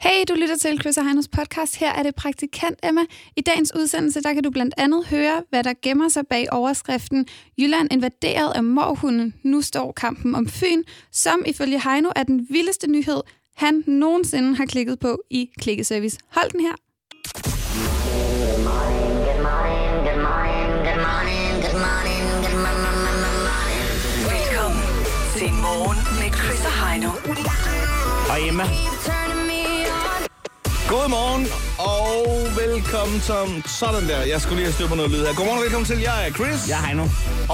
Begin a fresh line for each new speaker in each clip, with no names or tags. Hey, du lytter til Chris og Heinos podcast. Her er det praktikant Emma. I dagens udsendelse, der kan du blandt andet høre, hvad der gemmer sig bag overskriften Jylland invaderet af morhunden. Nu står kampen om Fyn, som ifølge Heino er den vildeste nyhed, han nogensinde har klikket på i klikkeservice. Hold den her.
Good morning, good morning, good morning, good morning, good morning, good morning.
Velkommen til Morgen med Chris og Heino.
Hej Emma. Godmorgen og velkommen som sådan der. Jeg skulle lige have styr på noget lyd her. Godmorgen og velkommen til. Jeg er Chris.
Jeg er Heino.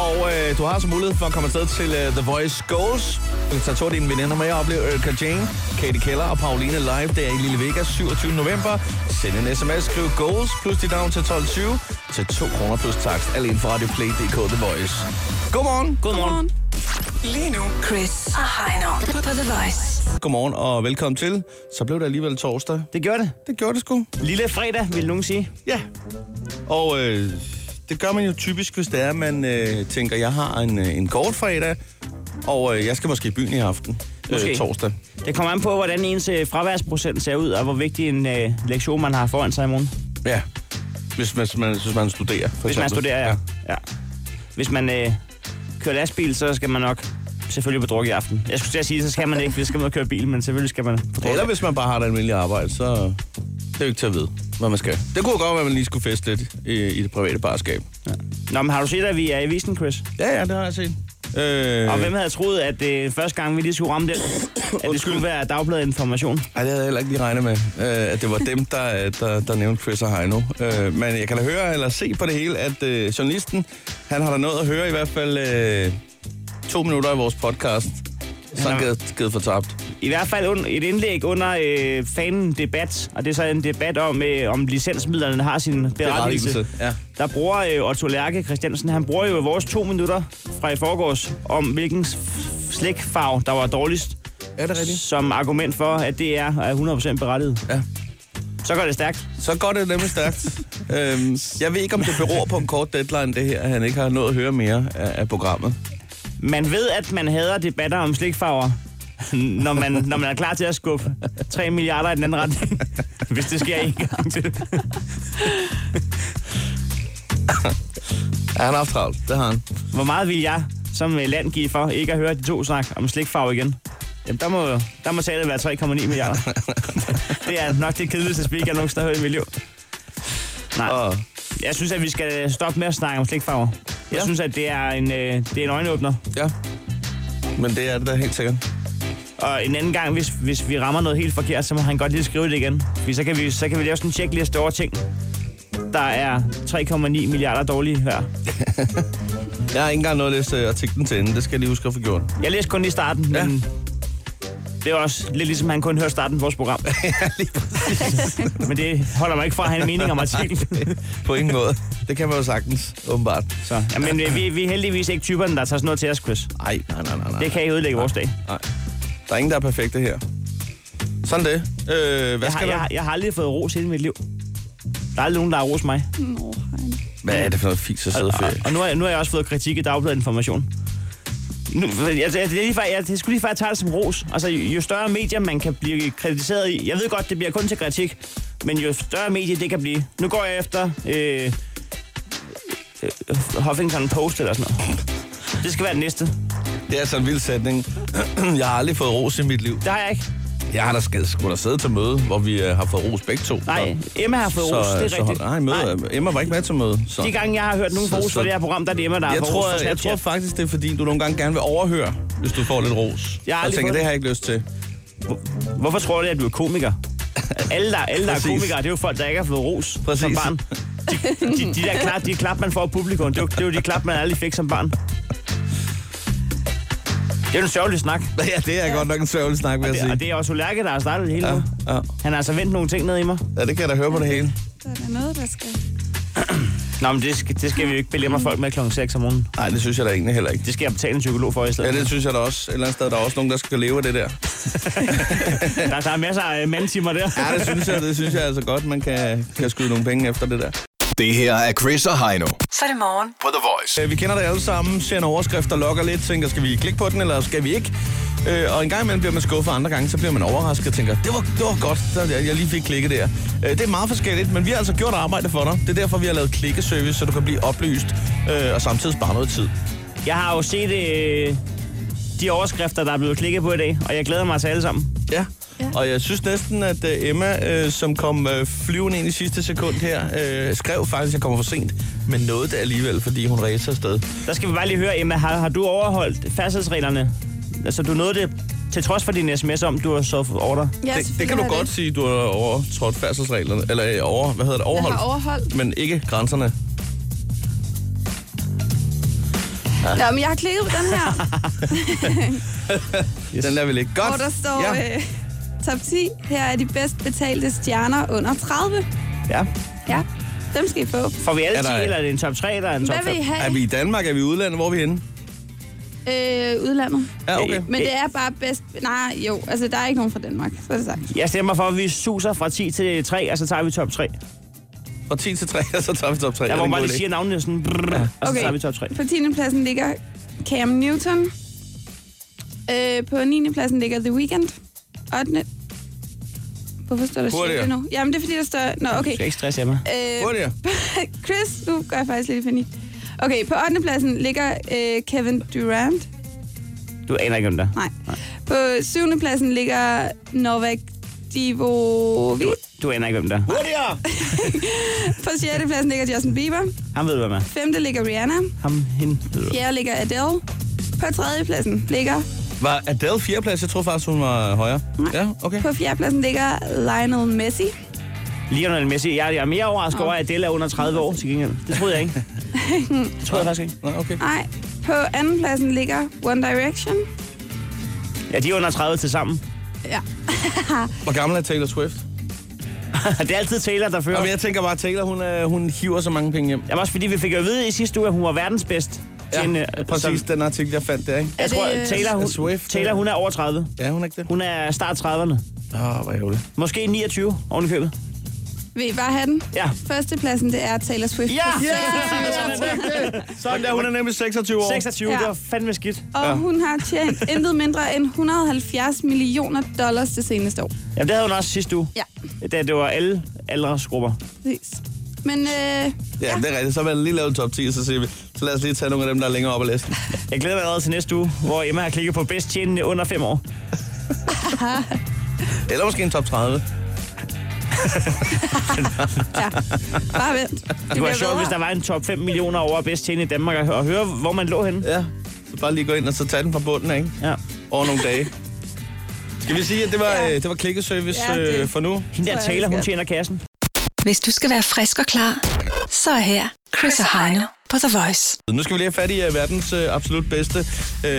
Og øh, du har så mulighed for at komme afsted til øh, The Voice Goes. Du kan tage to af dine veninder med og opleve Erika Jane, Katie Keller og Pauline live der i Lille Vegas 27. november. Send en sms, skriv goals plus dit navn til 1220 til 2 kroner plus takst. Alene for radioplay.dk The Voice. Godmorgen.
Godmorgen.
Lige nu, Chris og Heino på The Voice.
Godmorgen og velkommen til. Så blev det alligevel torsdag.
Det gjorde det.
Det gjorde det sgu.
Lille fredag, vil nogen sige.
Ja, og øh, det gør man jo typisk, hvis det er, man øh, tænker, jeg har en, øh, en kort fredag, og øh, jeg skal måske i byen i aften,
Måske.
Øh, torsdag.
Det kommer an på, hvordan ens øh, fraværsprocent ser ud, og hvor vigtig en øh, lektion man har foran sig i morgen.
Ja, hvis man, hvis man, hvis man studerer. For
Hvis man
eksempel.
studerer, ja. ja. Hvis man øh, kører lastbil, så skal man nok selvfølgelig på druk i aften. Jeg skulle til at sige, så skal man ikke, hvis skal man ud og køre bil, men selvfølgelig skal man på druk.
ja. Eller hvis man bare har et almindeligt arbejde, så det er jo ikke til at vide, hvad man skal. Det kunne godt være, at man lige skulle feste lidt i, i det private barskab.
Nå, men har du set, at vi er i avisen, Chris?
Ja, ja, det har jeg set. Øh,
Og hvem havde troet, at øh, første gang, vi lige skulle ramme den, at det skulle være Dagbladet Information?
Ej, det havde jeg heller ikke lige regnet med, øh, at det var dem, der, øh, der, der nævnte Chris og Heino. Øh, men jeg kan da høre eller se på det hele, at øh, journalisten, han har da nået at høre i hvert fald øh, to minutter af vores podcast. Så er han
Ja.
givet, givet for tabt.
I hvert fald un- et indlæg under øh, fanen debat, og det er så en debat om, øh, om licensmidlerne har sin berettigelse.
Berettigelse, ja.
Der bruger øh, Otto Lærke Christiansen, han bruger jo vores to minutter fra i forgårs om hvilken f- slikfarve, der var dårligst,
Er det rigtigt?
som argument for, at det er er 100% berettiget.
Ja.
Så går det stærkt.
Så går det nemlig stærkt. øhm, jeg ved ikke, om det beror på en kort deadline, det her, at han ikke har nået at høre mere af, af programmet.
Man ved, at man hader debatter om slikfarver, når man, når man er klar til at skubbe 3 milliarder i den anden retning, hvis det sker en gang til.
Ja, han har haft travlt. Det har han.
Hvor meget vil jeg som øh, land give for ikke at høre de to snak om slikfarve igen? Jamen, der må, der må tallet være 3,9 milliarder. det er nok det kedeligste speak, jeg nogensinde har hørt i mit liv. Nej,
Og
jeg synes, at vi skal stoppe med at snakke om slikfarver. Jeg
Ja.
synes, at det er en, øh, det er en øjenåbner.
ja, men det er det da helt sikkert.
Og en anden gang, hvis, hvis vi rammer noget helt forkert, så må han godt lige skrive det igen. Fordi så kan vi, så kan vi lave sådan en checkliste over ting. Der er 3,9 milliarder dårlige her.
Jeg har ikke engang nået at læse øh, artiklen til ende. Det skal jeg lige huske at få gjort.
Jeg læste kun i starten,
Ja.
men det er også lidt ligesom, at han kun hører starten af vores program. men det holder mig ikke fra at have en mening om artiklen.
På ingen måde. Det kan man jo sagtens, åbenbart.
Så, ja, men øh, vi, vi er heldigvis ikke typerne, der tager sådan noget til os, Chris.
Ej, nej, nej, nej, nej.
Det kan ikke ødelægge vores dag.
Nej. Der er ingen, der er perfekte her. Sådan det. Øh, hvad
Jeg har,
skal
jeg, har-
der?
jeg har aldrig fået ros i hele mit liv. Der er aldrig nogen, der har ros mig.
Nå, Heino.
Hvad er det for noget fis at sidde
Og,
ferie?
og nu, har jeg, nu har jeg også fået kritik i Dagbladet Information. Nu, altså, det, er lige før, jeg, det skulle lige før, jeg tager det som ros. Altså, jo jo større medier man kan blive kritiseret i, jeg ved godt, det bliver kun til kritik, men jo større medie det kan blive. Nu går jeg efter øh, øh, Huffington Post eller sådan noget. Det skal være den næste.
Det er altså en vild sætning. jeg har aldrig fået ros i mit liv.
Det har jeg ikke.
Jeg har da skal, skulle da sidde til møde, hvor vi øh, har fået ros begge to.
Nej, Emma har fået
så,
ros, det er
så,
rigtigt.
Nej, møde. Nej. Emma var ikke med til møde. Så.
De gange, jeg har hørt nogen få
Så-
ros for
så-
det her program, der er det Emma, der har
Jeg
fået
tror,
ros for
jeg, jeg tror
Snapchat.
faktisk, det er fordi, du nogle gange gerne vil overhøre, hvis du får lidt ros.
Jeg har
og
aldrig
tænker,
fået
det har jeg ikke lyst til.
Hvorfor tror du, at du er komiker? Alle, der, alle, der er
Præcis.
komikere, det er jo folk, der ikke har fået ros Præcis. som
Præcis.
barn. De, de, der klap, de klap, man får af publikum, det er, jo, det er jo de klap, man aldrig fik som barn. Det er jo en sørgelig snak.
Ja, det er godt nok en sørgelig snak, vil jeg
Det, og
sige.
det er også Lærke, der har startet det hele
Ja,
nu.
ja.
Han har altså vendt nogle ting ned i mig.
ja, det kan jeg da høre på det hele.
Der er da noget, der skal...
Nå, men det skal, det skal vi jo ikke belemre folk med klokken 6 om morgenen.
Nej, det synes jeg da egentlig heller ikke.
Det skal jeg betale en psykolog for i stedet.
Ja, det synes jeg da også. Et eller andet sted, der er også nogen, der skal leve af det der.
Der, der er masser af mandtimer der.
Ja, det synes jeg, det synes jeg altså godt, man kan, kan skyde nogle penge efter det der.
Det her er Chris og Heino
Så er det morgen.
på The Voice.
Øh, Vi kender det alle sammen, ser en overskrift, der lokker lidt, tænker, skal vi klikke på den, eller skal vi ikke? Øh, og en gang imellem bliver man skuffet, og andre gange så bliver man overrasket og tænker, det var, det var godt, der, jeg, jeg lige fik klikket der. Øh, det er meget forskelligt, men vi har altså gjort arbejdet for dig. Det er derfor, vi har lavet klikkeservice, så du kan blive oplyst øh, og samtidig spare noget tid.
Jeg har jo set øh, de overskrifter, der er blevet klikket på i dag, og jeg glæder mig til alle sammen.
Ja.
Ja.
Og jeg synes næsten, at øh, Emma, øh, som kom øh, flyvende ind i sidste sekund her, øh, skrev faktisk, at jeg kommer for sent, men nåede det alligevel, fordi hun ræser afsted.
Der skal vi bare lige høre, Emma, har, har du overholdt færdselsreglerne? Altså, du nåede det til trods for din sms om, du har sovet over dig.
Ja,
det, det
selvfølgelig
kan du
har jeg
godt sige, du har overtrådt færdselsreglerne, eller øh, over, hvad hedder det,
Jeg
overholdt,
har overholdt.
men ikke grænserne.
Ja, men jeg har klikket på den her,
Yes. Den lader vi ligge. Godt.
hvor der står øh, top 10. Her er de bedst betalte stjerner under 30.
Ja.
Ja, dem skal I få.
Får vi alle
Er
10,
der-
eller er det en top 3, eller en top
Hvad
5?
vil I
Er
have?
vi i Danmark? Er vi i udlandet? Hvor er vi henne?
Øh, udlandet.
Ja, okay.
Men det er bare bedst... Nej, jo, altså der er ikke nogen fra Danmark, så er det sagt.
Jeg stemmer for, at vi suser fra 10 til 3, og så tager vi top 3.
Fra 10 til 3, og så tager vi top 3.
Der
Er
hvor man
det en
bare
god
lige
idé?
siger navnene sådan, brrr, og så
Okay.
tager vi top 3.
På 10. pladsen ligger Cam Newton. Øh, på 9. pladsen ligger The Weeknd. 8. Hvorfor står der
Hurtigere.
7. nu? Jamen, det er fordi, der står... Nå,
Du
okay.
skal ikke stresse, Emma.
Øh,
Hurtigere.
Chris, nu går jeg faktisk lidt i panik. Okay, på 8. pladsen ligger øh, Kevin Durant.
Du aner ikke, om der.
Nej. På 7. pladsen ligger Novak Divovic.
Du aner ikke, hvem der.
Hurtigere!
På 6. pladsen ligger Justin Bieber.
Han ved, hvem er.
5. ligger Rihanna.
Ham, hende. ved du.
4. ligger Adele. På 3. pladsen ligger...
Var Adele fjerdeplads? Jeg troede faktisk, hun var højere.
Nej.
Ja, okay.
På 4. pladsen ligger Lionel Messi.
Lionel Messi. Jeg jeg er mere overrasket over, at Adele er under 30 år til gengæld. Det troede jeg ikke. Det troede jeg faktisk ikke.
Nej, okay.
Nej, på anden pladsen ligger One Direction.
Ja, de er under 30 til sammen.
Ja.
Hvor gammel er Taylor Swift?
det er altid Taylor, der fører.
Jamen, jeg tænker bare, Taylor, hun, øh, hun hiver så mange penge hjem.
Jamen også fordi, vi fik jo at vide i sidste uge, at hun var verdens bedst. til en, øh,
præcis
som-
den artikel, jeg fandt der, ikke?
Jeg tror,
det, øh,
Taylor, hun,
Swift,
Taylor, hun er over 30.
Ja, hun er ikke det.
Hun er start 30'erne.
Åh, hvor ærgerligt.
Måske 29 oven i købet.
Vil I bare have den?
Ja.
Første pladsen, det er Taylor Swift.
Ja!
Sådan der, hun er nemlig 26 år.
26,
Ja.
det var fandme skidt.
Og hun har tjent intet mindre end 170 millioner dollars det seneste år.
Jamen, det havde hun også sidste uge.
Ja.
Da det var alle aldersgrupper.
Præcis. Men øh,
Ja, det er rigtigt. Så vil jeg lige lave en top 10, så siger vi, så lad os lige tage nogle af dem, der er længere op ad listen.
Jeg glæder mig allerede til næste uge, hvor Emma har klikket på bedst tjenende under 5 år.
Eller måske en top 30.
ja, bare vent. Det,
Det
bliver
var sjovt,
bedre.
hvis der var en top 5 millioner over bedst tjenende i Danmark, og hø- og høre, hvor man lå henne.
Ja. Så bare lige gå ind og så tage den fra bunden, ikke?
Ja.
Over nogle dage. Skal vi sige, at det var,
Ja.
ja. øh, det var klikkeservice
Ja,
ja,
det-
det. Øh, for nu?
Hende der
Tror jeg,
taler,
vi
hun
skal.
tjener kassen.
Hvis du skal være frisk og klar, så er her Chris og Heino på The Voice.
Nu skal vi lige have fat i uh, verdens uh, absolut bedste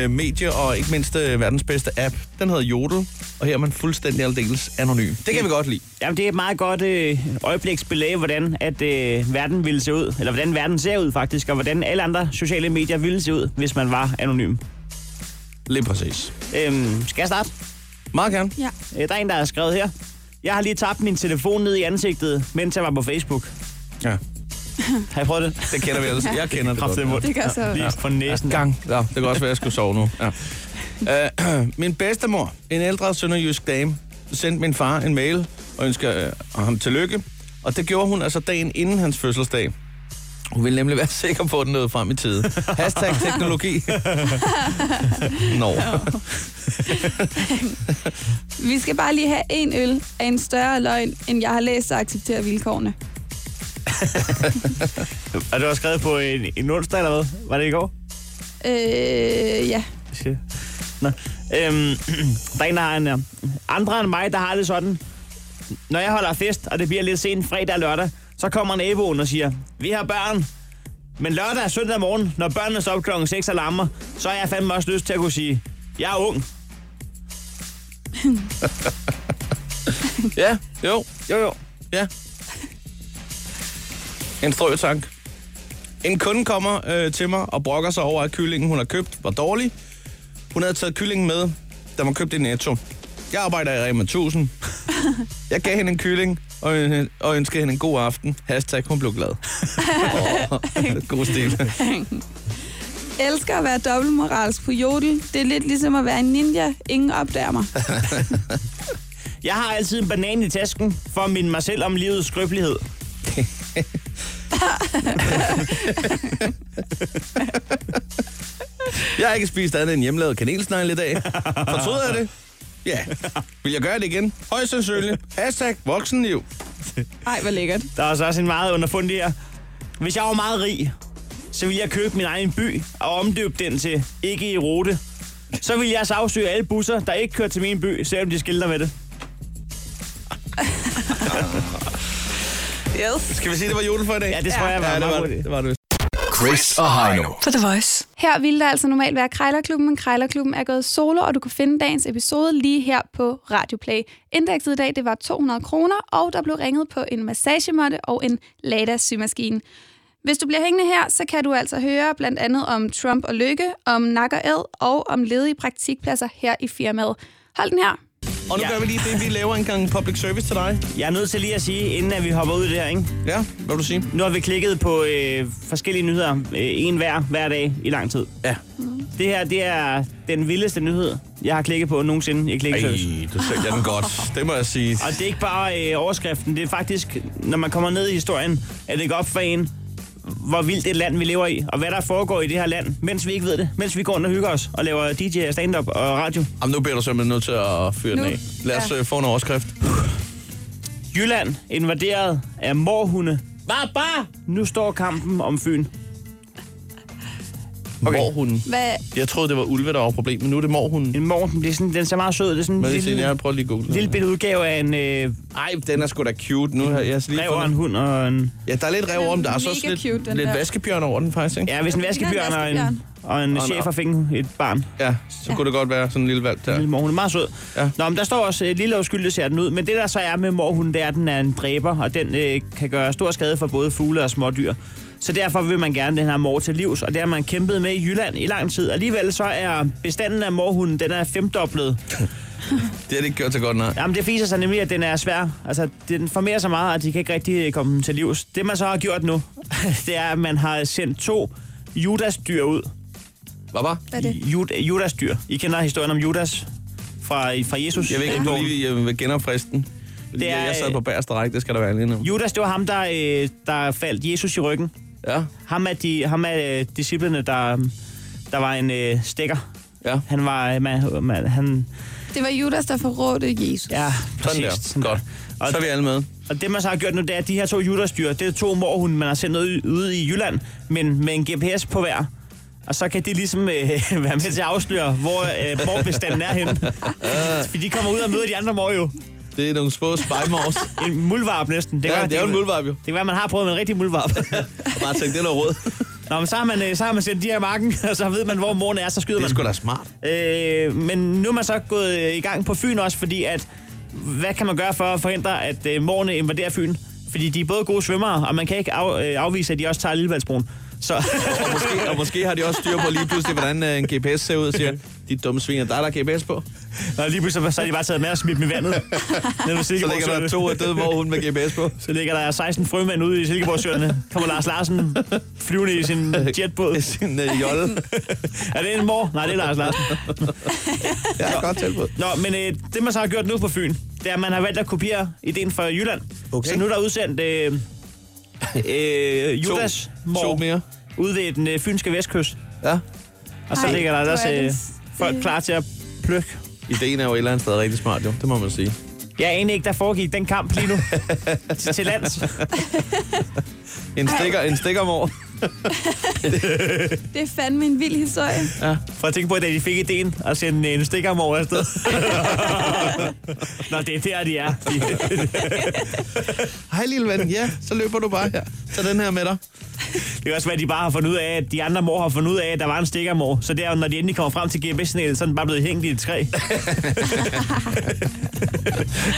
uh, medie, og ikke mindst uh, verdens bedste app. Den hedder Jodel, og her er man fuldstændig aldeles anonym. Det kan vi godt lide.
Jamen, det er et meget godt øh, øjebliksbelæg, hvordan at, øh, verden ville se ud, eller hvordan verden ser ud faktisk, og hvordan alle andre sociale medier ville se ud, hvis man var anonym.
Lige præcis.
Øhm, skal jeg starte?
Meget gerne.
Ja.
Øh, der er en, der har skrevet her. Jeg har lige tabt min telefon ned i ansigtet, mens jeg var på Facebook.
Ja.
Har I prøvet det?
Det kender vi ellers. Jeg kender det godt.
Kraftedeme ondt.
Det gør så.
Lige på næsen.
gang. Ja, det kan også være, at jeg skulle sove nu. Ja. Øh, min bedstemor, en ældre sønderjysk dame, sendte min far en mail og ønskede øh, ham tillykke. Og det gjorde hun altså dagen inden hans fødselsdag. Hun ville nemlig være sikker på, at den nåede frem i tide. Hashtag teknologi. Nå.
Vi skal bare lige have en øl af en større løgn, end jeg har læst og accepterer vilkårene.
Og det var skrevet på en, en onsdag eller hvad? Var det i går?
Øh, ja.
Shit. Nå. Øhm, der er en, der har en her. Andre end mig, der har det sådan. Når jeg holder fest, og det bliver lidt sent fredag og lørdag, så kommer naboen og siger, vi har børn. Men lørdag og søndag morgen, når børnene står op klokken 6 og larmer, så har jeg fandme også lyst til at kunne sige, jeg er ung.
Ja, jo,
Jo jo.
ja. En strøtank. En kunde kommer øh, til mig og brokker sig over, at kyllingen, hun har købt, var dårlig. Hun havde taget kyllingen med, da man købte i Netto. Jeg arbejder i Rema 1000. Jeg gav hende en kylling og, en, og ønskede hende en god aften. Hashtag, hun blev glad. Oh, god stil.
elsker at være dobbeltmoralsk på jodel. Det er lidt ligesom at være en ninja. Ingen opdager mig.
Jeg har altid en banan i tasken for at minde mig selv om livets skrøbelighed.
Jeg har ikke spist andet end hjemmelavet kanelsnegle i dag. Fortryder jeg det? Ja. Vil jeg gøre det igen? Højst sandsynligt. Hashtag voksenliv.
Ej, hvor lækkert.
Der er altså også en meget underfundig her. Hvis jeg var meget rig, så ville jeg købe min egen by og omdøbe den til ikke i rute. Så ville jeg så afsøge alle busser, der ikke kører til min by, selvom de skilter med det.
Yes.
Skal vi sige, det var jule for i dag?
Ja, det tror jeg var
ja, det
meget
var
godt.
det. Det var det.
Chris og Heino.
På The Voice.
Her ville der altså normalt være Krejlerklubben, men Krejlerklubben er gået solo, og du kan finde dagens episode lige her på Radioplay. Indekset i dag, det var 200 kroner, og der blev ringet på en massagemåtte og en Lada symaskine. Hvis du bliver hængende her, så kan du altså høre blandt andet om Trump og Lykke, om nak og æd og om ledige praktikpladser her i firmaet. Hold den her.
Og nu
Ja.
gør vi lige det, vi laver en gang public service til dig.
Jeg er nødt til lige at sige, inden at vi hopper ud i det her, ikke?
Ja, hvad vil du sige?
Nu har vi klikket på øh, forskellige nyheder, øh, en hver, hver dag i lang tid.
Ja.
Det her, det er den vildeste nyhed, jeg har klikket på nogensinde i
Ej,
klikkeservice.
du sælger den godt. Det må jeg sige.
Og det er ikke bare øh, overskriften, det er faktisk, når man kommer ned i historien, at det går op for en, hvor vildt et land vi lever i, og hvad der foregår i det her land, mens vi ikke ved det, mens vi går rundt og hygger os og laver DJ og stand-up og radio.
Jamen, nu bliver du simpelthen nødt til at fyre den
Nu?
af. Lad os
Ja.
ja. få en overskrift.
Jylland invaderet af morhunde. Bare, bare! Nu står kampen om Fyn.
Okay. Morhunden.
Hvad?
Jeg troede, det var ulve, der var problemet, men nu er det morhunden.
En morgen, den, bliver sådan, den ser meget sød. ud. Det er sådan en
Hvad er det,
lille,
Signe? Jeg prøver lige at google.
lille bitte udgave af en øh,
Ej, den er sgu da cute. Nu har jeg så lige
rev og en
fundet.
hund og en...
Ja, der er lidt rev over den. Der er så
Den er
også
mega
lidt,
cute, den
lidt
der.
vaskebjørn over den, faktisk, ikke?
Ja, hvis en
Det ligner en
vaskebjørn og en, og en
nå.
chefer fik et barn.
Ja, så kunne det godt være sådan en lille valg
Ja.
der.
Lille morhund er meget sød.
Ja.
Ja. Nå, men der står også, øh, lille og uskyldig ser den ud. Men det, der så er med morhunden, det er, at den er en dræber, og den øh, kan gøre stor skade for både fugle og smådyr. Så derfor vil man gerne den her mor til livs, og det har man kæmpet med i Jylland i lang tid. Alligevel så er bestanden af morhunden, den er femdoblet.
Det har det ikke gjort så godt, nej.
Jamen, det viser sig nemlig, at den er svær. Altså, den formerer sig meget, og de kan ikke rigtig øh, komme den til livs. Det, man så har gjort nu, det er, at man har sendt to Judas-dyr ud.
Hvad var?
Hvad er det?
Jud- Judas-dyr. I kender historien om Judas fra, fra Jesus.
Jeg ved ikke, om du
Bogen.
lige øh, vil genopfriske den. Det er,
er,
jeg sad
øh,
på bagerste række, det skal der være lige nu.
Judas, det var ham, der, øh, der faldt Jesus i ryggen.
Ja,
Ham er, de, ham er øh, disciplene, der, der var en øh, stikker.
ja.
Han var... Øh, man, man, han,
Det var Judas, der forrådte Jesus.
ja,
Sådan
præcis.
der. Godt.
Og,
Så er vi alle med.
og det, man så har gjort nu, det er, at de her to Judas-dyr, det er to morhunde, man har sendt ud, ude i Jylland, men med en GPS på hver. Og så kan de ligesom øh, være med til at afsløre, hvor øh, morbestanden er henne.
Ah.
Fordi de kommer ud og møder de andre mor jo.
Det er nogle små spejmors.
En muldvarp næsten. Det,
ja,
gør-
det er jo en muldvarp, jo.
Det kan være, man har prøvet med en rigtig muldvarp.
Bare tænk, det er noget råd.
Nå, men så har man, øh, så har man sendt de her i marken, og så ved man, hvor morgen er, så skyder
Det er
man.
sgu da smart.
Øh, men nu er man så gået øh, i gang på Fyn også, fordi at, hvad kan man gøre for at forhindre, at øh, morgerne invaderer Fyn? Fordi de er både gode svømmere, og man kan ikke af, øh, afvise, at de også tager Lillevaldsbroen. Så
Og måske, og måske har de også styr på lige pludselig, hvordan øh, en GPS ser ud, siger de dumme sviner. Der er der GPS på.
Nå, lige pludselig så er de bare taget med og smidt dem i vandet. Nede ved
Så ligger der to af døde vorhunde med GPS på.
Så ligger der 16 frømænd ude i Silkeborgsøerne. Kommer Lars Larsen flyvende i sin
Det
jetbåd.
er sin øh, jolle.
Er det en mor? Nej, det er Lars Larsen.
Ja, godt tilbud.
Nå, men øh, det man så har gjort nu på Fyn, det er, at man har valgt at kopiere ideen fra Jylland.
Okay.
Så nu er der udsendt øh, øh, Judas
To
mor
mere.
ude ved den øh, fynske vestkyst.
Ja.
Og så
Ej,
ligger der
hvor
også
er
øh,
det
folk
sødt.
klar til at plukke.
Ideen er jo et eller andet sted rigtig smart, jo. Det må man sige.
Jeg aner ikke, der foregik den kamp lige nu til, til lands.
En stikker, en stikkermor.
Det er fandme en vild historie.
For at tænke på, at de fik ideen at sende øh, en stikker om over afsted. Nå, det er der, de er. De,
Hej lille ven, ja, så løber du bare her. Tag den her med dig.
Det kan også være, at de bare har fundet ud af, at de andre mor har fundet ud af, at der var en stikkermor. Så der, når de endelig kommer frem til GPS-signalet, så er den bare blevet hængt i et træ.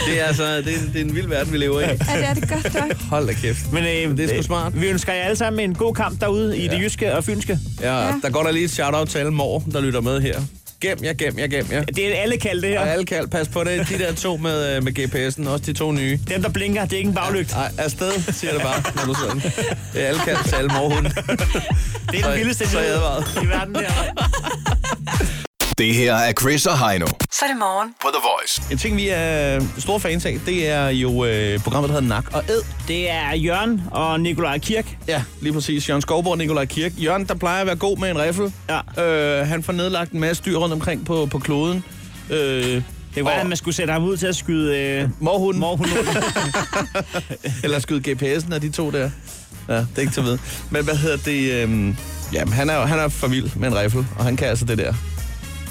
Det er altså, det er, en- det er en vild verden, vi lever i.
Ja, det er det godt nok.
Hold da kæft.
Men øh,
Det er sgu
øh,
smart.
Vi ønsker jer alle sammen en god kamp derude i ja. det jyske og fynske.
Ja, der går der lige et shout-out til alle mor, der lytter med her. Gem jer, gem jer, gem jer.
Det er alle kaldt det
Og
her.
alle kald, pas på det. De der to med, øh, med GPS'en, også de to nye.
Dem, der blinker, det er ikke en baglygt.
Ej, afsted, siger det bare, når du sidder den. Det er alle kald til alle morhunden.
Det er
Så-
den vildeste
så er jeg
nyhed
advaret.
i verden der.
Det her er Chris og Heino
Så er det morgen.
på The Voice.
En ting, vi er øh, store fans af, det er jo øh, programmet, der hedder Nak og Æd.
Det er Jørgen og Nikolaj Kirk.
Ja, lige præcis. Jørgen Skovborg og Nikolaj Kirk. Jørgen, der plejer at være god med en riffel.
Ja.
Øh, han får nedlagt en masse dyr rundt omkring på, på kloden. Øh,
Det var,
Og-
at man skulle sætte ham ud til at skyde øh,
morhunden.
morhunden.
Eller skyde GPS'en af de to der. Ja, det er ikke til at vide. Men hvad hedder det? Øhm, jamen, han er, jo- han er for vild med en rifle, og han kan altså det der.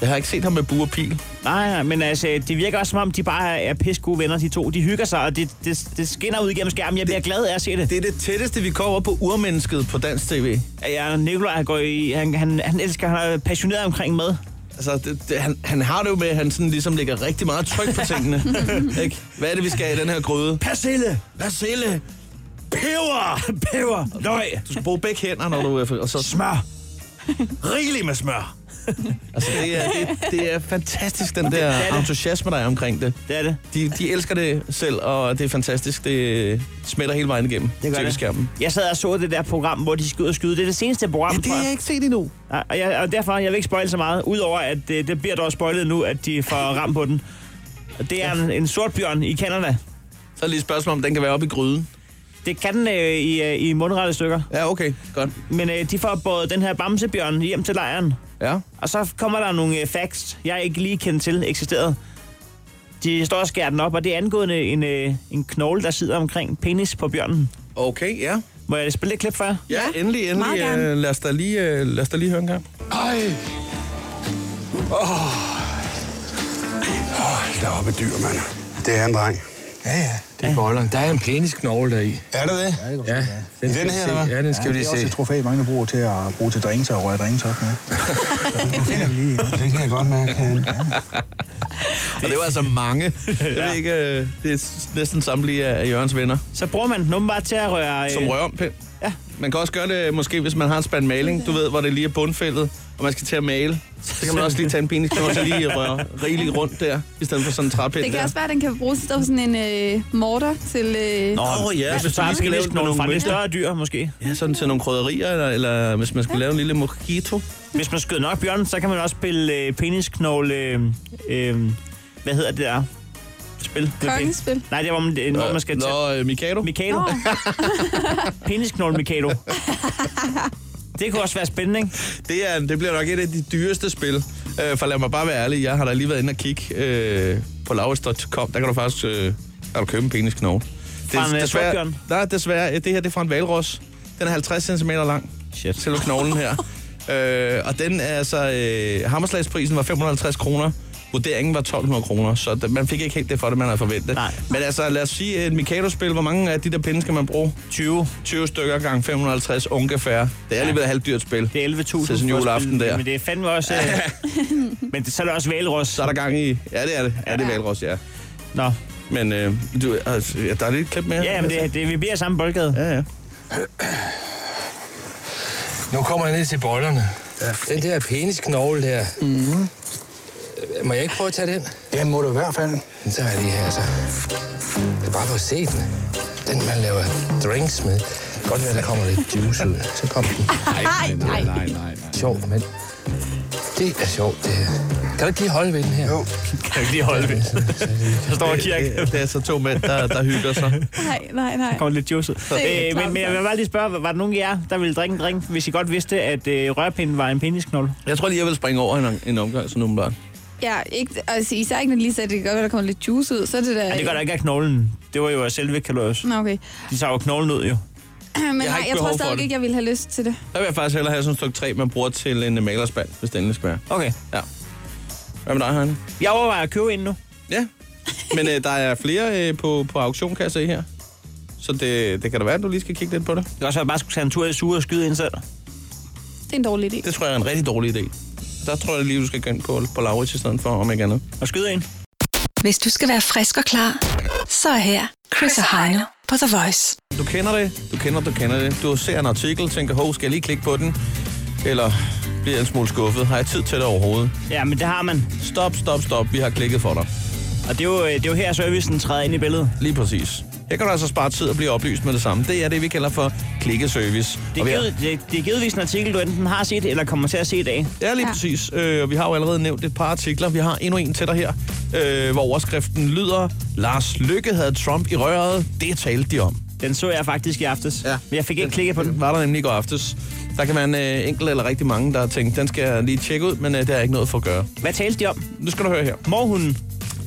Jeg har ikke set ham med bue og pil.
Nej, nej, men altså, det virker også som om, de bare er pisse gode venner, de to. De hygger sig, og det, det, det skinner ud igennem skærmen. Jeg bliver glad af at se det.
Det er det tætteste, vi kommer på urmennesket på dansk tv.
Ja, Nikolaj går i, han, han, han elsker, han er passioneret omkring med.
Altså, det, det, han, han har det jo med, at han sådan ligesom lægger rigtig meget tryk på tingene. ikke? Hvad er det, vi skal have i den her gryde?
Persille!
Persille!
Peber! Peber! Løg!
Du skal bruge begge hænder, når du er... Og så
Smør! Rigeligt med smør!
Altså, det er, det, det er fantastisk, den der
er det.
entusiasme, der er omkring det.
Det er det.
De, de elsker det selv, og det er fantastisk. Det smelter hele vejen igennem
Det gør
TV-skærmen.
det. Jeg sad og så det der program, hvor de skal ud og skyde. Det er det seneste program,
Ja, det
tror
har
jeg.
jeg ikke set endnu.
Nej, og, jeg, og derfor, jeg vil ikke spoil så meget, udover at øh, det, det bliver dog spoilet nu, at de får ramt på den. Og Det er en, en sort bjørn i Kanada.
Så er lige et spørgsmål, om den kan være oppe i gryden.
Det kan den øh, i, øh, i mundrette stykker.
Ja, okay. Godt.
Men øh, de får både den her bamsebjørn hjem til lejren.
Ja.
Og så kommer der nogle øh, facts, jeg ikke lige kendte til eksisterede. De står og skærer den op, og det er angående en, øh, en knogle, der sidder omkring penis på bjørnen.
Okay, ja.
Må jeg spille et klip for jer?
Ja, ja endelig, endelig.
meget gerne.
Øh, lad, os da lige, øh, lad os da lige høre en gang.
Ej! Åh! Hold da op et dyr, mand. Det er en dreng.
Ja, ja. Det er bolleren. Der er en penisknogle deri.
Er det det?
Ja, den,
den her, eller hvad?
Ja, den skal ja, vi lige
det er også
se.
et trofæ, mange bruger til at bruge til drinks og røre drinks op med. Så nu finder vi lige en.
Det kan jeg godt mærke.
Og det var altså mange. ja. ikke, øh, det er s- næsten samtlige af af Jørgens venner,
Så bruger man den åbenbart til at røre... Øh,
som rører om pind.
Ja.
Man kan også gøre det, måske hvis man har en spand maling, du ved, hvor det lige er bundfældet, og man skal til at male. Så kan man også lige tage en penisknogle, og så lige røre rigeligt rundt der, i stedet for sådan en træpind
Det kan
der.
også være, at den kan bruges til sådan en øh, morter til... Øh,
Åh oh, ja,
Altså, Hvis du tager en penisknogle fra lidt større dyr, måske.
Ja, sådan til nogle krydderier, eller, eller hvis man skulle lave en lille mojito.
Hvis man skyder nok bjørnen, så kan man også spille øh, penisknogle... Øh, øh, hvad hedder det der? Spil?
Kokkespil.
Nej, det er, hvor man, det er, hvor man skal tage...
Nå, øh, Mikado.
Mikado.
Nå.
Penisknogle Mikado. Det kunne også være spændende, ikke?
Det, er, det bliver nok et af de dyreste spil. Øh, for lad mig bare være ærlig, jeg har da lige været inde og kigge øh, på lavest.com. Der kan du faktisk øh, der kan du købe en penisknogle. Det,
Fra en, øh,
desværre,
Torbjørn?
nej, desværre. øh, Det her det er fra en valros. Den er 50 cm lang,
Shit.
selve knoglen her. øh, og den er altså... Øh, hammerslagsprisen var 550 kroner. Vurderingen var 1200 kroner, så d- man fik ikke helt det for det, man havde forventet.
Nej.
Men altså, lad os sige et Mikado-spil. Hvor mange af de der pinde skal man bruge?
20.
20 stykker gange 550 ungefær. Det er alligevel et halvt dyrt spil.
Det er 11.000. for
Til
at
sådan
spille,
juleaften der.
Men det er fandme også... Øh, men det, så er det også valros.
Så er der gang i... Ja, det er det. Ja, det er valros, ja.
Nå.
Men øh, du, altså, ja, der er lidt klip mere.
Ja, men det, det, vi bliver samme boldgade.
Ja, ja.
Nu kommer jeg ned til bollerne. Den der penisknogle der. Mm. Må jeg ikke prøve at tage den?
Den må du i hvert fald.
Den tager jeg lige her, så. Det er bare for at se den. Den, man laver drinks med. Godt være, der kommer lidt juice ud. Så kom den.
nej, nej.
Sjovt, men... Det er sjovt, det her. Kan du ikke lige holde ved den her? Jo.
Kan ikke lige holde ved. Der står kirke.
Det, det er så to mænd, der, der hygger sig.
Nej, nej, nej.
Kommer lidt juicet.
er
Øh, men, men jeg vil bare lige spørge, var der nogen af jer, der ville drikke en drink, hvis I godt vidste, at øh, rørpinden var en penisknogle?
Jeg tror lige, jeg vil springe over en, en omgang, sådan umiddelbart.
Ja, ikke, altså, især ikke, når lige sagde, at det kan godt være, der kommer lidt juice ud, så er det der...
Ja, det gør der ikke af knoglen. Det var jo af selve kalorier.
Nå, okay.
De tager jo knoglen ud, jo.
Men jeg,
har
nej,
ikke
jeg tror
behov for
stadig
det.
ikke, jeg ville have lyst til det.
Der vil jeg faktisk hellere have sådan et stykke træ, man bruger til en øh, malerspand, hvis det endelig skal være.
Okay.
Ja. Hvad med dig, Heine?
Jeg overvejer at købe en nu.
Ja. Men øh, der er flere øh, på, på auktion, kan jeg se her. Så det, det kan da være, at du lige skal kigge lidt på det.
Det kan også være, at jeg bare skulle tage en tur i suge og skyde ind selv.
Det er en dårlig idé.
Det tror jeg er en rigtig dårlig idé. Der tror jeg lige, du skal gå ind på, på Laurits i stedet for, om ikke andet.
Og skyde en.
Hvis du skal være frisk og klar, så er her Chris og Heino på The Voice.
Du kender det, du kender, du kender det. Du ser en artikel, tænker, hov, skal jeg lige klikke på den? Eller bliver en smule skuffet. Har jeg tid til det overhovedet?
Ja, men det har man.
Stop, stop, stop. Vi har klikket for dig.
Og det er jo, øh, det er jo her, servicen træder ind i billedet.
Lige præcis. Her kan du altså spare tid og blive oplyst med det samme. Det er det, vi kalder for klikkeservice.
Det er,
Og vi har-
givet, det, det er givetvis en artikel, du enten har set eller kommer til at se i dag.
Ja, lige ja.
Ja.
præcis. Øh, og vi har jo allerede nævnt et par artikler. Vi har endnu en til dig her, øh, hvor overskriften lyder, Lars Lykke havde Trump i røret. Det talte de om.
Den så jeg faktisk i aftes,
Ja.
ja. men jeg fik ikke klikket på den.
Var der nemlig i går aftes. Der kan være en øh, enkelt eller rigtig mange, der har tænkt, den skal jeg lige tjekke ud, men øh, det har jeg ikke noget for at gøre.
Hvad talte de om?
Nu skal du høre her.
Morhunden.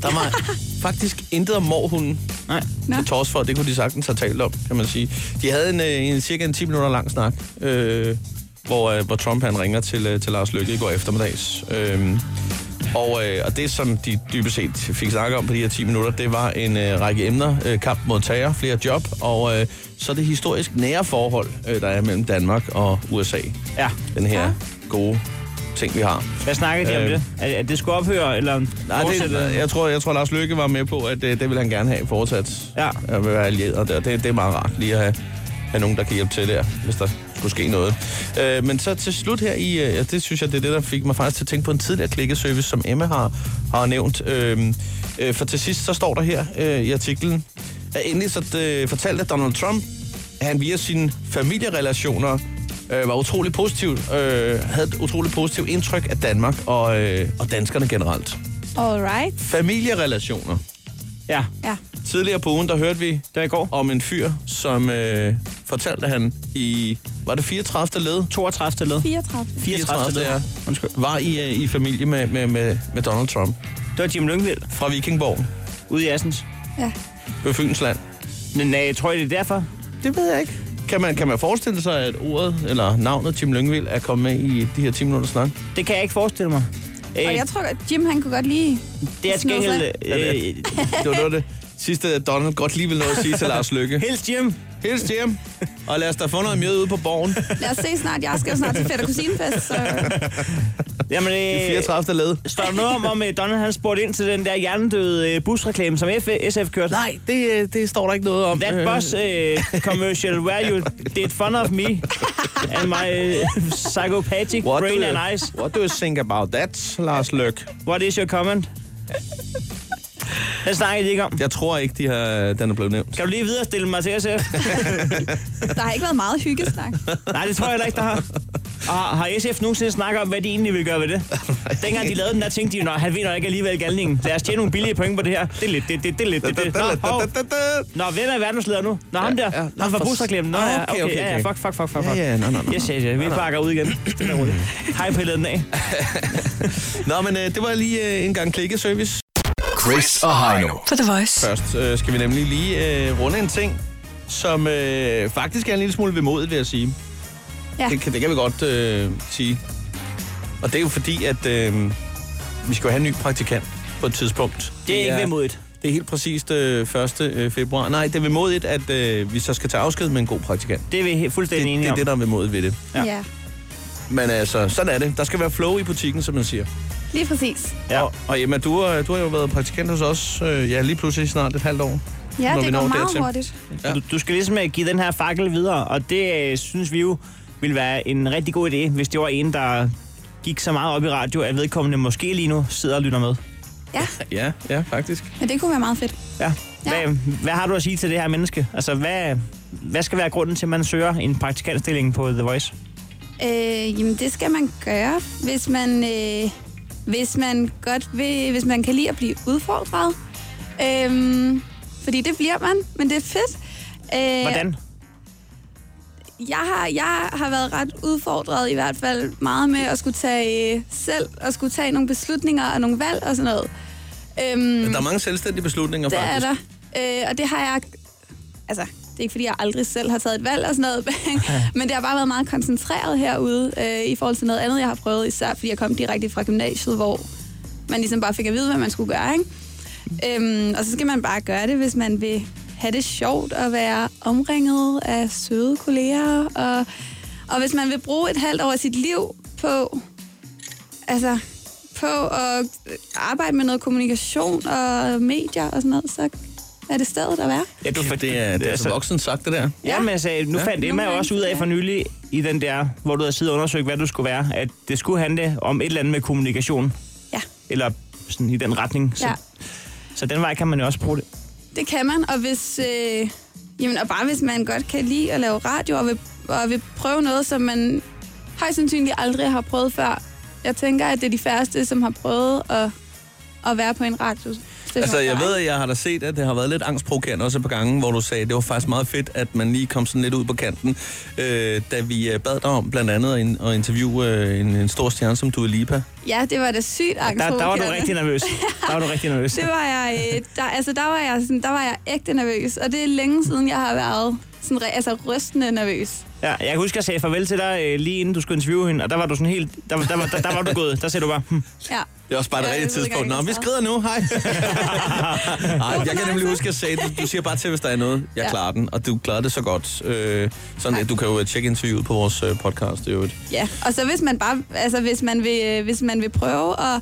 Der var faktisk intet om morhunden.
Nej.
Nå.
Til tors for, det kunne de sagtens have talt om, kan man sige. De havde en, øh, en cirka en 10 minutter lang snak, øh, hvor, øh, hvor Trump han ringer til, øh, til Lars Løkke i går eftermiddags. Øh, og, øh, og det, som de dybest set fik snakket om på de her 10 minutter, det var en øh, række emner. Øh, kamp mod terror, flere job, og øh, så det historisk nære forhold, øh, der er mellem Danmark og USA.
Ja.
Den her ja. gode ting, vi har.
Hvad snakkede de om
Øh.
det? At, at det skulle ophøre, eller
Nej,
fortsætte?
det, jeg, tror, jeg tror, Lars Løkke var med på, at øh, det vil han gerne have fortsat.
Ja.
At være allieret der. Det, det er meget rart lige at have, have nogen, der kan hjælpe til der, hvis der skulle ske noget. Øh, men så til slut her i, øh, ja, det synes jeg, det er det, der fik mig faktisk til at tænke på en tidligere klikkeservice, som Emma har, har nævnt. Øh, øh, for til sidst, så står der her øh, i artiklen, at endelig så øh, fortalte Donald Trump, at han via sine familierelationer øh, var utrolig positiv, øh, havde et utrolig positivt indtryk af Danmark og, øh, og danskerne generelt.
All right.
Familierelationer.
Ja,
Ja.
Tidligere på ugen, der hørte vi
det var i går.
om en fyr, som øh, fortalte at han i, var det 34. led?
32. led.
34.
34. led.
ja.
Undskyld.
Var i, øh, i familie med, med, med, med Donald Trump
Det var Jim Lyngvild
fra Vikingborg,
ude i Assens.
Ja.
ved Fyns land.
Men øh, tror I, det er derfor?
Det ved jeg ikke. Kan man, kan man forestille sig, at ordet eller navnet Jim Lyngvild er kommet med i de her 10 minutter snak?
Det kan jeg ikke forestille mig. Øh,
Og jeg tror, at Jim han kunne godt lide...
det er til
snød sig.
gengæld... Øh,
Det var noget af det sidste, Donald godt lige ville nå at sige til Lars Lykke.
Hils Jim.
Hils hjem, og lad os da få noget mjød ude på borgen.
Lad os se snart. Jeg skal jo snart til fætter kusinefest, så...
Jamen,
I
øh,
34. led.
står der noget om, om øh, Donald han spurgte ind til den der hjernedøde øh, busreklame, som F- SF kørte?
Nej, det, øh, det står der ikke noget om.
That
Øh,
bus uh, commercial where you did fun of me and my uh, psychopathic
What
brain
do you,
and eyes.
What do you think about that, Lars Løk?
What is your comment? Det snakker de ikke om.
Jeg tror ikke, de har, den er blevet nævnt.
Kan du lige videre stille mig til SF?
Der har ikke været meget hyggesnak.
Nej, det tror jeg heller ikke, der har. Og har SF nogensinde snakket om, hvad de egentlig vil gøre ved det? Dengang de lavede den der, tænkte de, "Nå, han vinder ikke alligevel galningen. Lad os tjene nogle billige point på det her. Det er lidt, det, det, det er lidt, det, det. Nå, hov. Nå, hvem er verdenslæder nu? Nå, ham der.
ja. Nå,
Ham fra
for-
busreklamen. Nå,
Ah,
ja,
okay, okay,
okay, ja, ja.
okay.
Fuck, fuck, fuck, fuck.
Ja,
fuck.
ja, nå, nå, nå.
Yes, yes, yes. Vi bakker ud igen. Stille og roligt. Hej, pillet den af.
Nå, men øh, det var lige øh, en gang klikkeservice.
Chris og Heino.
På The Voice.
Først øh, skal vi nemlig lige øh, runde en ting, som øh, faktisk er en lille smule vemodigt, vil jeg sige.
Ja.
Det, kan- det kan vi godt øh, sige. Og det er jo fordi, at øh, vi skal jo have en ny praktikant på et tidspunkt.
Det er ikke vemodigt.
Det er helt præcist øh, 1. øh, februar. Nej, det er vemodigt, at øh, vi så skal tage afsked med en god praktikant.
Det er vi he-
Det,
fuldstændig
det,
enige
det er
om.
det, der er vemodigt ved det.
Ja.
ja.
Men altså, sådan er det. Der skal være flow i butikken, som man siger.
Lige præcis.
Ja.
Og, og Emma, du, øh, du har jo været praktikant hos os øh, ja, lige pludselig snart et halvt år.
Ja,
Når vi
det
når
går meget
dertil.
hurtigt.
Ja.
Du, du skal ligesom øh, give den her fakkel videre, og det øh, synes vi jo ville være en rigtig god idé, hvis det var en, der gik så meget op i radio, at vedkommende måske lige nu sidder og lytter med.
Ja,
Ja, ja, faktisk.
men det kunne være meget fedt.
Ja.
Ja.
Hvad, hvad har du at sige til det her menneske? Altså, hvad, hvad skal være grunden til, at man søger en praktikantstilling på The Voice?
Øh, jamen, det skal man gøre, hvis man, øh, hvis man godt vil, hvis man kan lide at blive udfordret. Øhm, fordi det bliver man, men det er fedt. Øh,
Hvordan?
Jeg har, jeg har været ret udfordret i hvert fald meget med at skulle tage øh, selv, og skulle tage nogle beslutninger og nogle valg og sådan noget. Øhm,
Der er mange selvstændige beslutninger,
det
faktisk.
er der. Øh, og det har jeg... Altså, det er ikke, fordi jeg aldrig selv har taget et valg og sådan noget, men det har bare været meget koncentreret herude øh, i forhold til noget andet, jeg har prøvet, især fordi jeg kom direkte fra gymnasiet, hvor man ligesom bare fik at vide, hvad man skulle gøre, ikke? Øhm, og så skal man bare gøre det, hvis man vil have det sjovt at være omringet af søde kolleger, og, og hvis man vil bruge et halvt år af sit liv på altså, på at arbejde med noget kommunikation og medier og sådan noget, så Er det stedet der være?
Ja, du, det er, det er så voksen sagt, det der.
altså, Ja, men jeg sagde, nu
Ja.
ja. fandt Emma
Nogle
også
gange,
ud af
ja.
for nylig i den der, hvor du havde siddet og undersøgt, hvad du skulle være, at det skulle handle om et eller andet med kommunikation,
Ja.
eller sådan i den retning. Så,
ja.
så den vej kan man jo også bruge det.
Det kan man, og hvis... Øh, jamen, og bare hvis man godt kan lide at lave radio, og vil, og vil prøve noget, som man højst sandsynligt aldrig har prøvet før. Jeg tænker, at det er de færreste, som har prøvet at, at være på en radio.
Altså, jeg ved, at jeg har da set, at det har været lidt angstprovokerende også et par gange, hvor du sagde, at det var faktisk meget fedt, at man lige kom sådan lidt ud på kanten, øh, da vi øh, bad dig om blandt andet at, in- at interviewe øh, en, en stor stjerne som Dua Lipa.
Ja, det var da sygt
Der, der var du
angstprovokerende.
rigtig nervøs. Der var du rigtig nervøs.
Det var jeg, øh, der, altså, der var jeg, sådan, der var jeg ægte nervøs, og det er længe siden, jeg har været sådan, re- altså, rystende nervøs.
Ja, jeg kan huske, jeg sagde farvel til dig øh, lige inden du skulle interviewe hende, og der var du sådan helt... Der, var- der, var- der, der var du gået. Der sagde du bare... Hm.
Ja.
Det er også bare det
Ja,
rigtige
det ved jeg
tidspunkt.
ikke,
Nå, vi
hvad jeg
skrider nu, hej. Nej, jeg kan nemlig huske, at jeg sagde, du, du siger bare til, hvis der er noget. Jeg
Ja.
klarer den, og du klarede det så godt. Øh, sådan, at du kan jo øh, tjekke interviewet på vores øh, podcast i øvrigt.
Ja, og så hvis man bare, altså hvis man vil, øh, hvis man vil prøve at,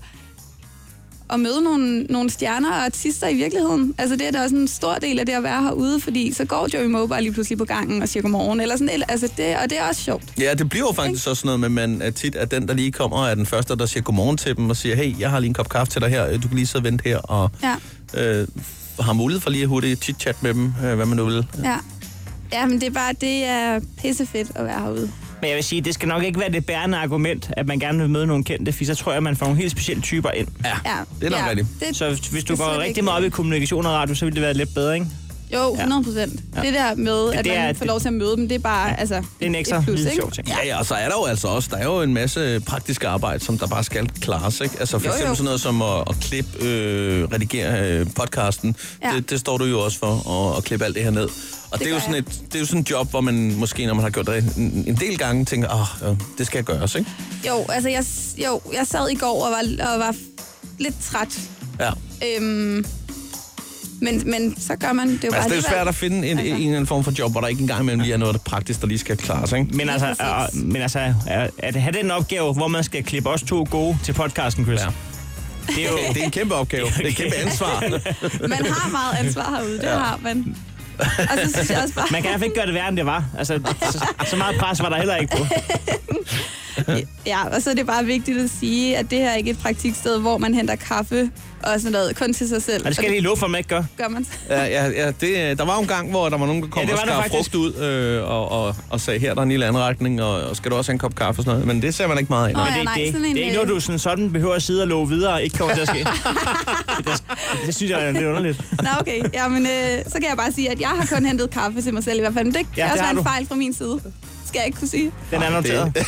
at møde nogle, nogle stjerner og artister i virkeligheden, altså det er da også en stor del af det at være herude, fordi så går Joey Moe bare lige pludselig på gangen og siger godmorgen, eller sådan, eller- altså det, og det er også sjovt.
Ja, det bliver jo faktisk også sådan noget med, man er tit at den, der lige kommer, er den første, der siger godmorgen til dem og siger, hey, jeg har lige en kop kaffe til dig her, Øh, du kan lige sidde og vente her, og
Ja,
øh, har mulighed for lige at hurtigt chit-chat med dem, øh, hvad man nu vil.
ja. Ja, men det er bare, det er pissefedt at være herude.
Men jeg vil sige, det skal nok ikke være det bærende argument, at man gerne vil møde nogle kendte, for så tror jeg, man får nogle helt specielle typer ind.
Ja,
det er nok
ja,
rigtigt.
Det,
Så hvis- hvis du
Det sidder
går
ikke
rigtig meget op i kommunikation og radio, så ville det være lidt bedre, ikke?
jo, 100 procent. Ja. Det der med, at
det er-
man får lov til at møde dem, det er bare, altså...
Det er en ekstra
et plus,
lille
ikke?
sjov ting.
Ja, ja, og så er der jo altså også, der er jo en masse praktisk arbejde, som der bare skal klares, ikke? Altså for
Jo, jo.
eksempel sådan noget som at, at klippe, øh, redigere øh, podcasten, ja.
Ja.
det, det står du jo også for, og, at klippe alt det her ned. Og det, det, er jo
gør
sådan
jeg.
et, det er jo sådan et job, hvor man måske, når man har gjort det en, en del gange, tænker, ah, øh, det skal gøres, ikke?
Jo, altså jeg, jo, jeg sad i går og var, og var lidt træt.
Ja. altså,
Øhm, men, men så gør man det jo bare
Altså, det er jo
alligevel.
svært at finde en, en, en eller anden form for job, hvor der ikke engang imellem lige er noget der praktisk, der lige skal klares, ikke?
Men altså,
præcis.
er, men altså er, at have den opgave, hvor man skal klippe os to gode til podcasten, Chris,
Ja.
ja. det er jo...
Det er en kæmpe opgave. Det er et kæmpe ansvar.
Man har meget ansvar herude, det ja. har man. Og så synes jeg også bare,
Man kan i hvert fald ikke gøre det værre, end det var. Altså, så, så meget pres var der heller ikke på.
ja, og så er det bare vigtigt at sige, at det her er ikke et praktiksted, hvor man henter kaffe og sådan noget, kun til sig selv.
Og det skal jeg lige love for, at man ikke gør.
gør man.
Ja, ja, ja det, øh, der var jo en gang, hvor der var nogen, der kom
Ja,
ja,
det
og
var der
skar
faktisk.
frugt ud øh, og, og, og sagde, her der er en lille anretning, og, og skal du også have en kop kaffe og sådan noget. Men det ser man ikke meget af.
Nå,
Nej.
ja,
det,
nej,
det, er ikke-
sådan en,
det er ikke noget,
øh,
du sådan, sådan behøver at sidde og love videre og ikke kommer til at ske. det, det synes jeg er lidt underligt.
Nå, okay. Jamen, øh, så kan jeg bare sige, at jeg har kun hentet kaffe til mig selv i hvert fald. Men det kan
Ja, det
også
har
være en
du.
fejl fra min side. Skal jeg ikke kunne sige.
Den er
det-
noteret.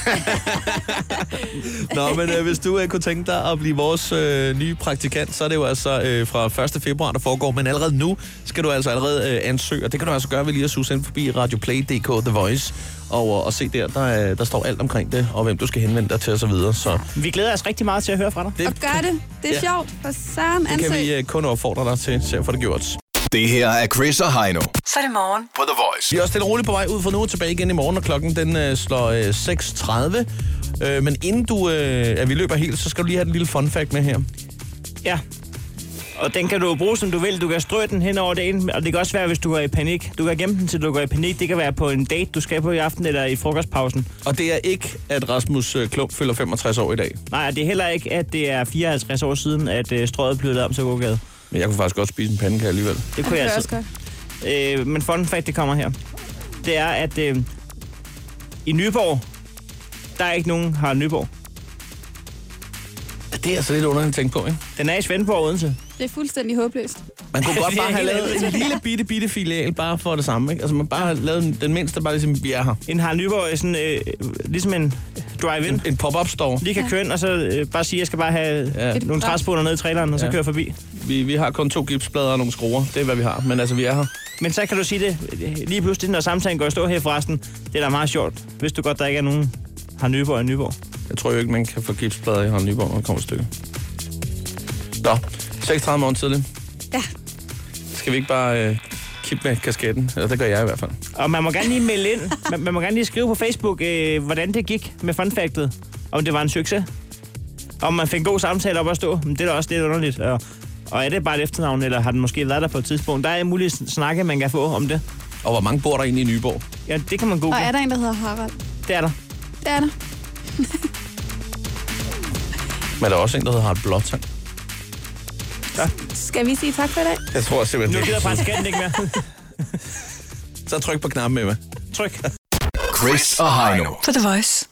Nå, men øh, hvis du øh, kunne tænke dig at blive vores øh, nye praktikant, så er det jo altså øh, fra 1. februar, der foregår. Men allerede nu skal du altså allerede øh, ansøge, og det kan du altså gøre ved lige at suge ind forbi radioplay.dk The Voice. Og, og, og se der, der, øh, der står alt omkring det, og hvem du skal henvende dig til osv. Så, videre. så
Vi glæder os rigtig meget til at høre fra dig.
Og gør det. Det er
Ja.
sjovt. For Søren
det kan
ansøg.
vi øh, kun opfordre dig til, til at få det gjort.
Det her er Chris og Heino
Så er det morgen.
på The Voice.
Vi er også lidt roligt på vej ud fra nu og tilbage igen i morgen, og klokken den øh, slår øh, 6.30. Øh, men inden du, øh, at vi løber helt, så skal du lige have den lille fun fact med her.
Ja. Og den kan du jo bruge, som du vil. Du kan strø den hen over dagen, og det kan også være, hvis du går i panik. Du kan gemme den, til du går i panik. Det kan være på en date, du skal på i aften, eller i frokostpausen.
Og det er ikke, at Rasmus øh, Klump fylder 65 år i dag.
Nej, og det er heller ikke, at det er 54 år siden, at øh, strøget blev lavet om til gågade.
Men jeg kunne faktisk godt spise en pandekage alligevel.
Det kunne
Det
jeg
er
altså.
også godt.
Øh, men fun fact, det kommer her. Det er, at øh, i Nyborg, der er ikke nogen, har Nyborg.
Det er altså lidt underligt at tænke på, ikke?
Den er i Svendborg, Odense.
Det er fuldstændig håbløst.
Man kunne godt
Det er
bare have
helt
lavet en lille bitte, bitte filial bare for det samme, ikke? Altså man bare har lavet en- den mindste, bare ligesom, vi er her.
En har Nyborg er sådan, øh, ligesom en drive-in.
En pop-up store.
Lige kan køre ind, og så øh, bare sige, at jeg skal bare have
Ja.
ja. nogle træspunder ned i traileren, og så
Ja.
ja. køre forbi.
Vi, vi har kun to gipsplader og nogle skruer. Det er, hvad vi har. Men altså, vi er her.
Men så kan du sige det øh, lige pludselig, når samtalen går i stå her forresten. Det er da meget sjovt, hvis du godt, der ikke er nogen har Nyborg i Nyborg.
Jeg tror jo ikke, man kan få gipsplader i Harald Nyborg, når det kommer et stykke. Nå, 6.30 morgen tidligt.
Ja.
Skal vi ikke bare øh, kippe med kasketten? Eller det gør jeg i hvert fald.
Og man må gerne lige melde ind. Man, man må gerne lige skrive på Facebook, øh, hvordan det gik med funfactet. Om det var en succes. Om man fik en god samtale op at stå. Men det er da også lidt underligt. Og, Og er det bare et efternavn, eller har den måske været der på et tidspunkt? Der er mulige sn- snakke, man kan få om det.
Og hvor mange bor der egentlig i Nyborg?
Ja, det kan man google.
Og er der en, der hedder Harald?
Det er der.
Det er der.
Men der er også en, der hedder Harald Blåtand.
Skal vi sige tak for i dag?
Jeg tror
Nu
simpelthen, det
gider
er
bare skatten ikke mere.
Så tryk på knappen, Emma.
Tryk.
Chris og Heino.
På The Voice.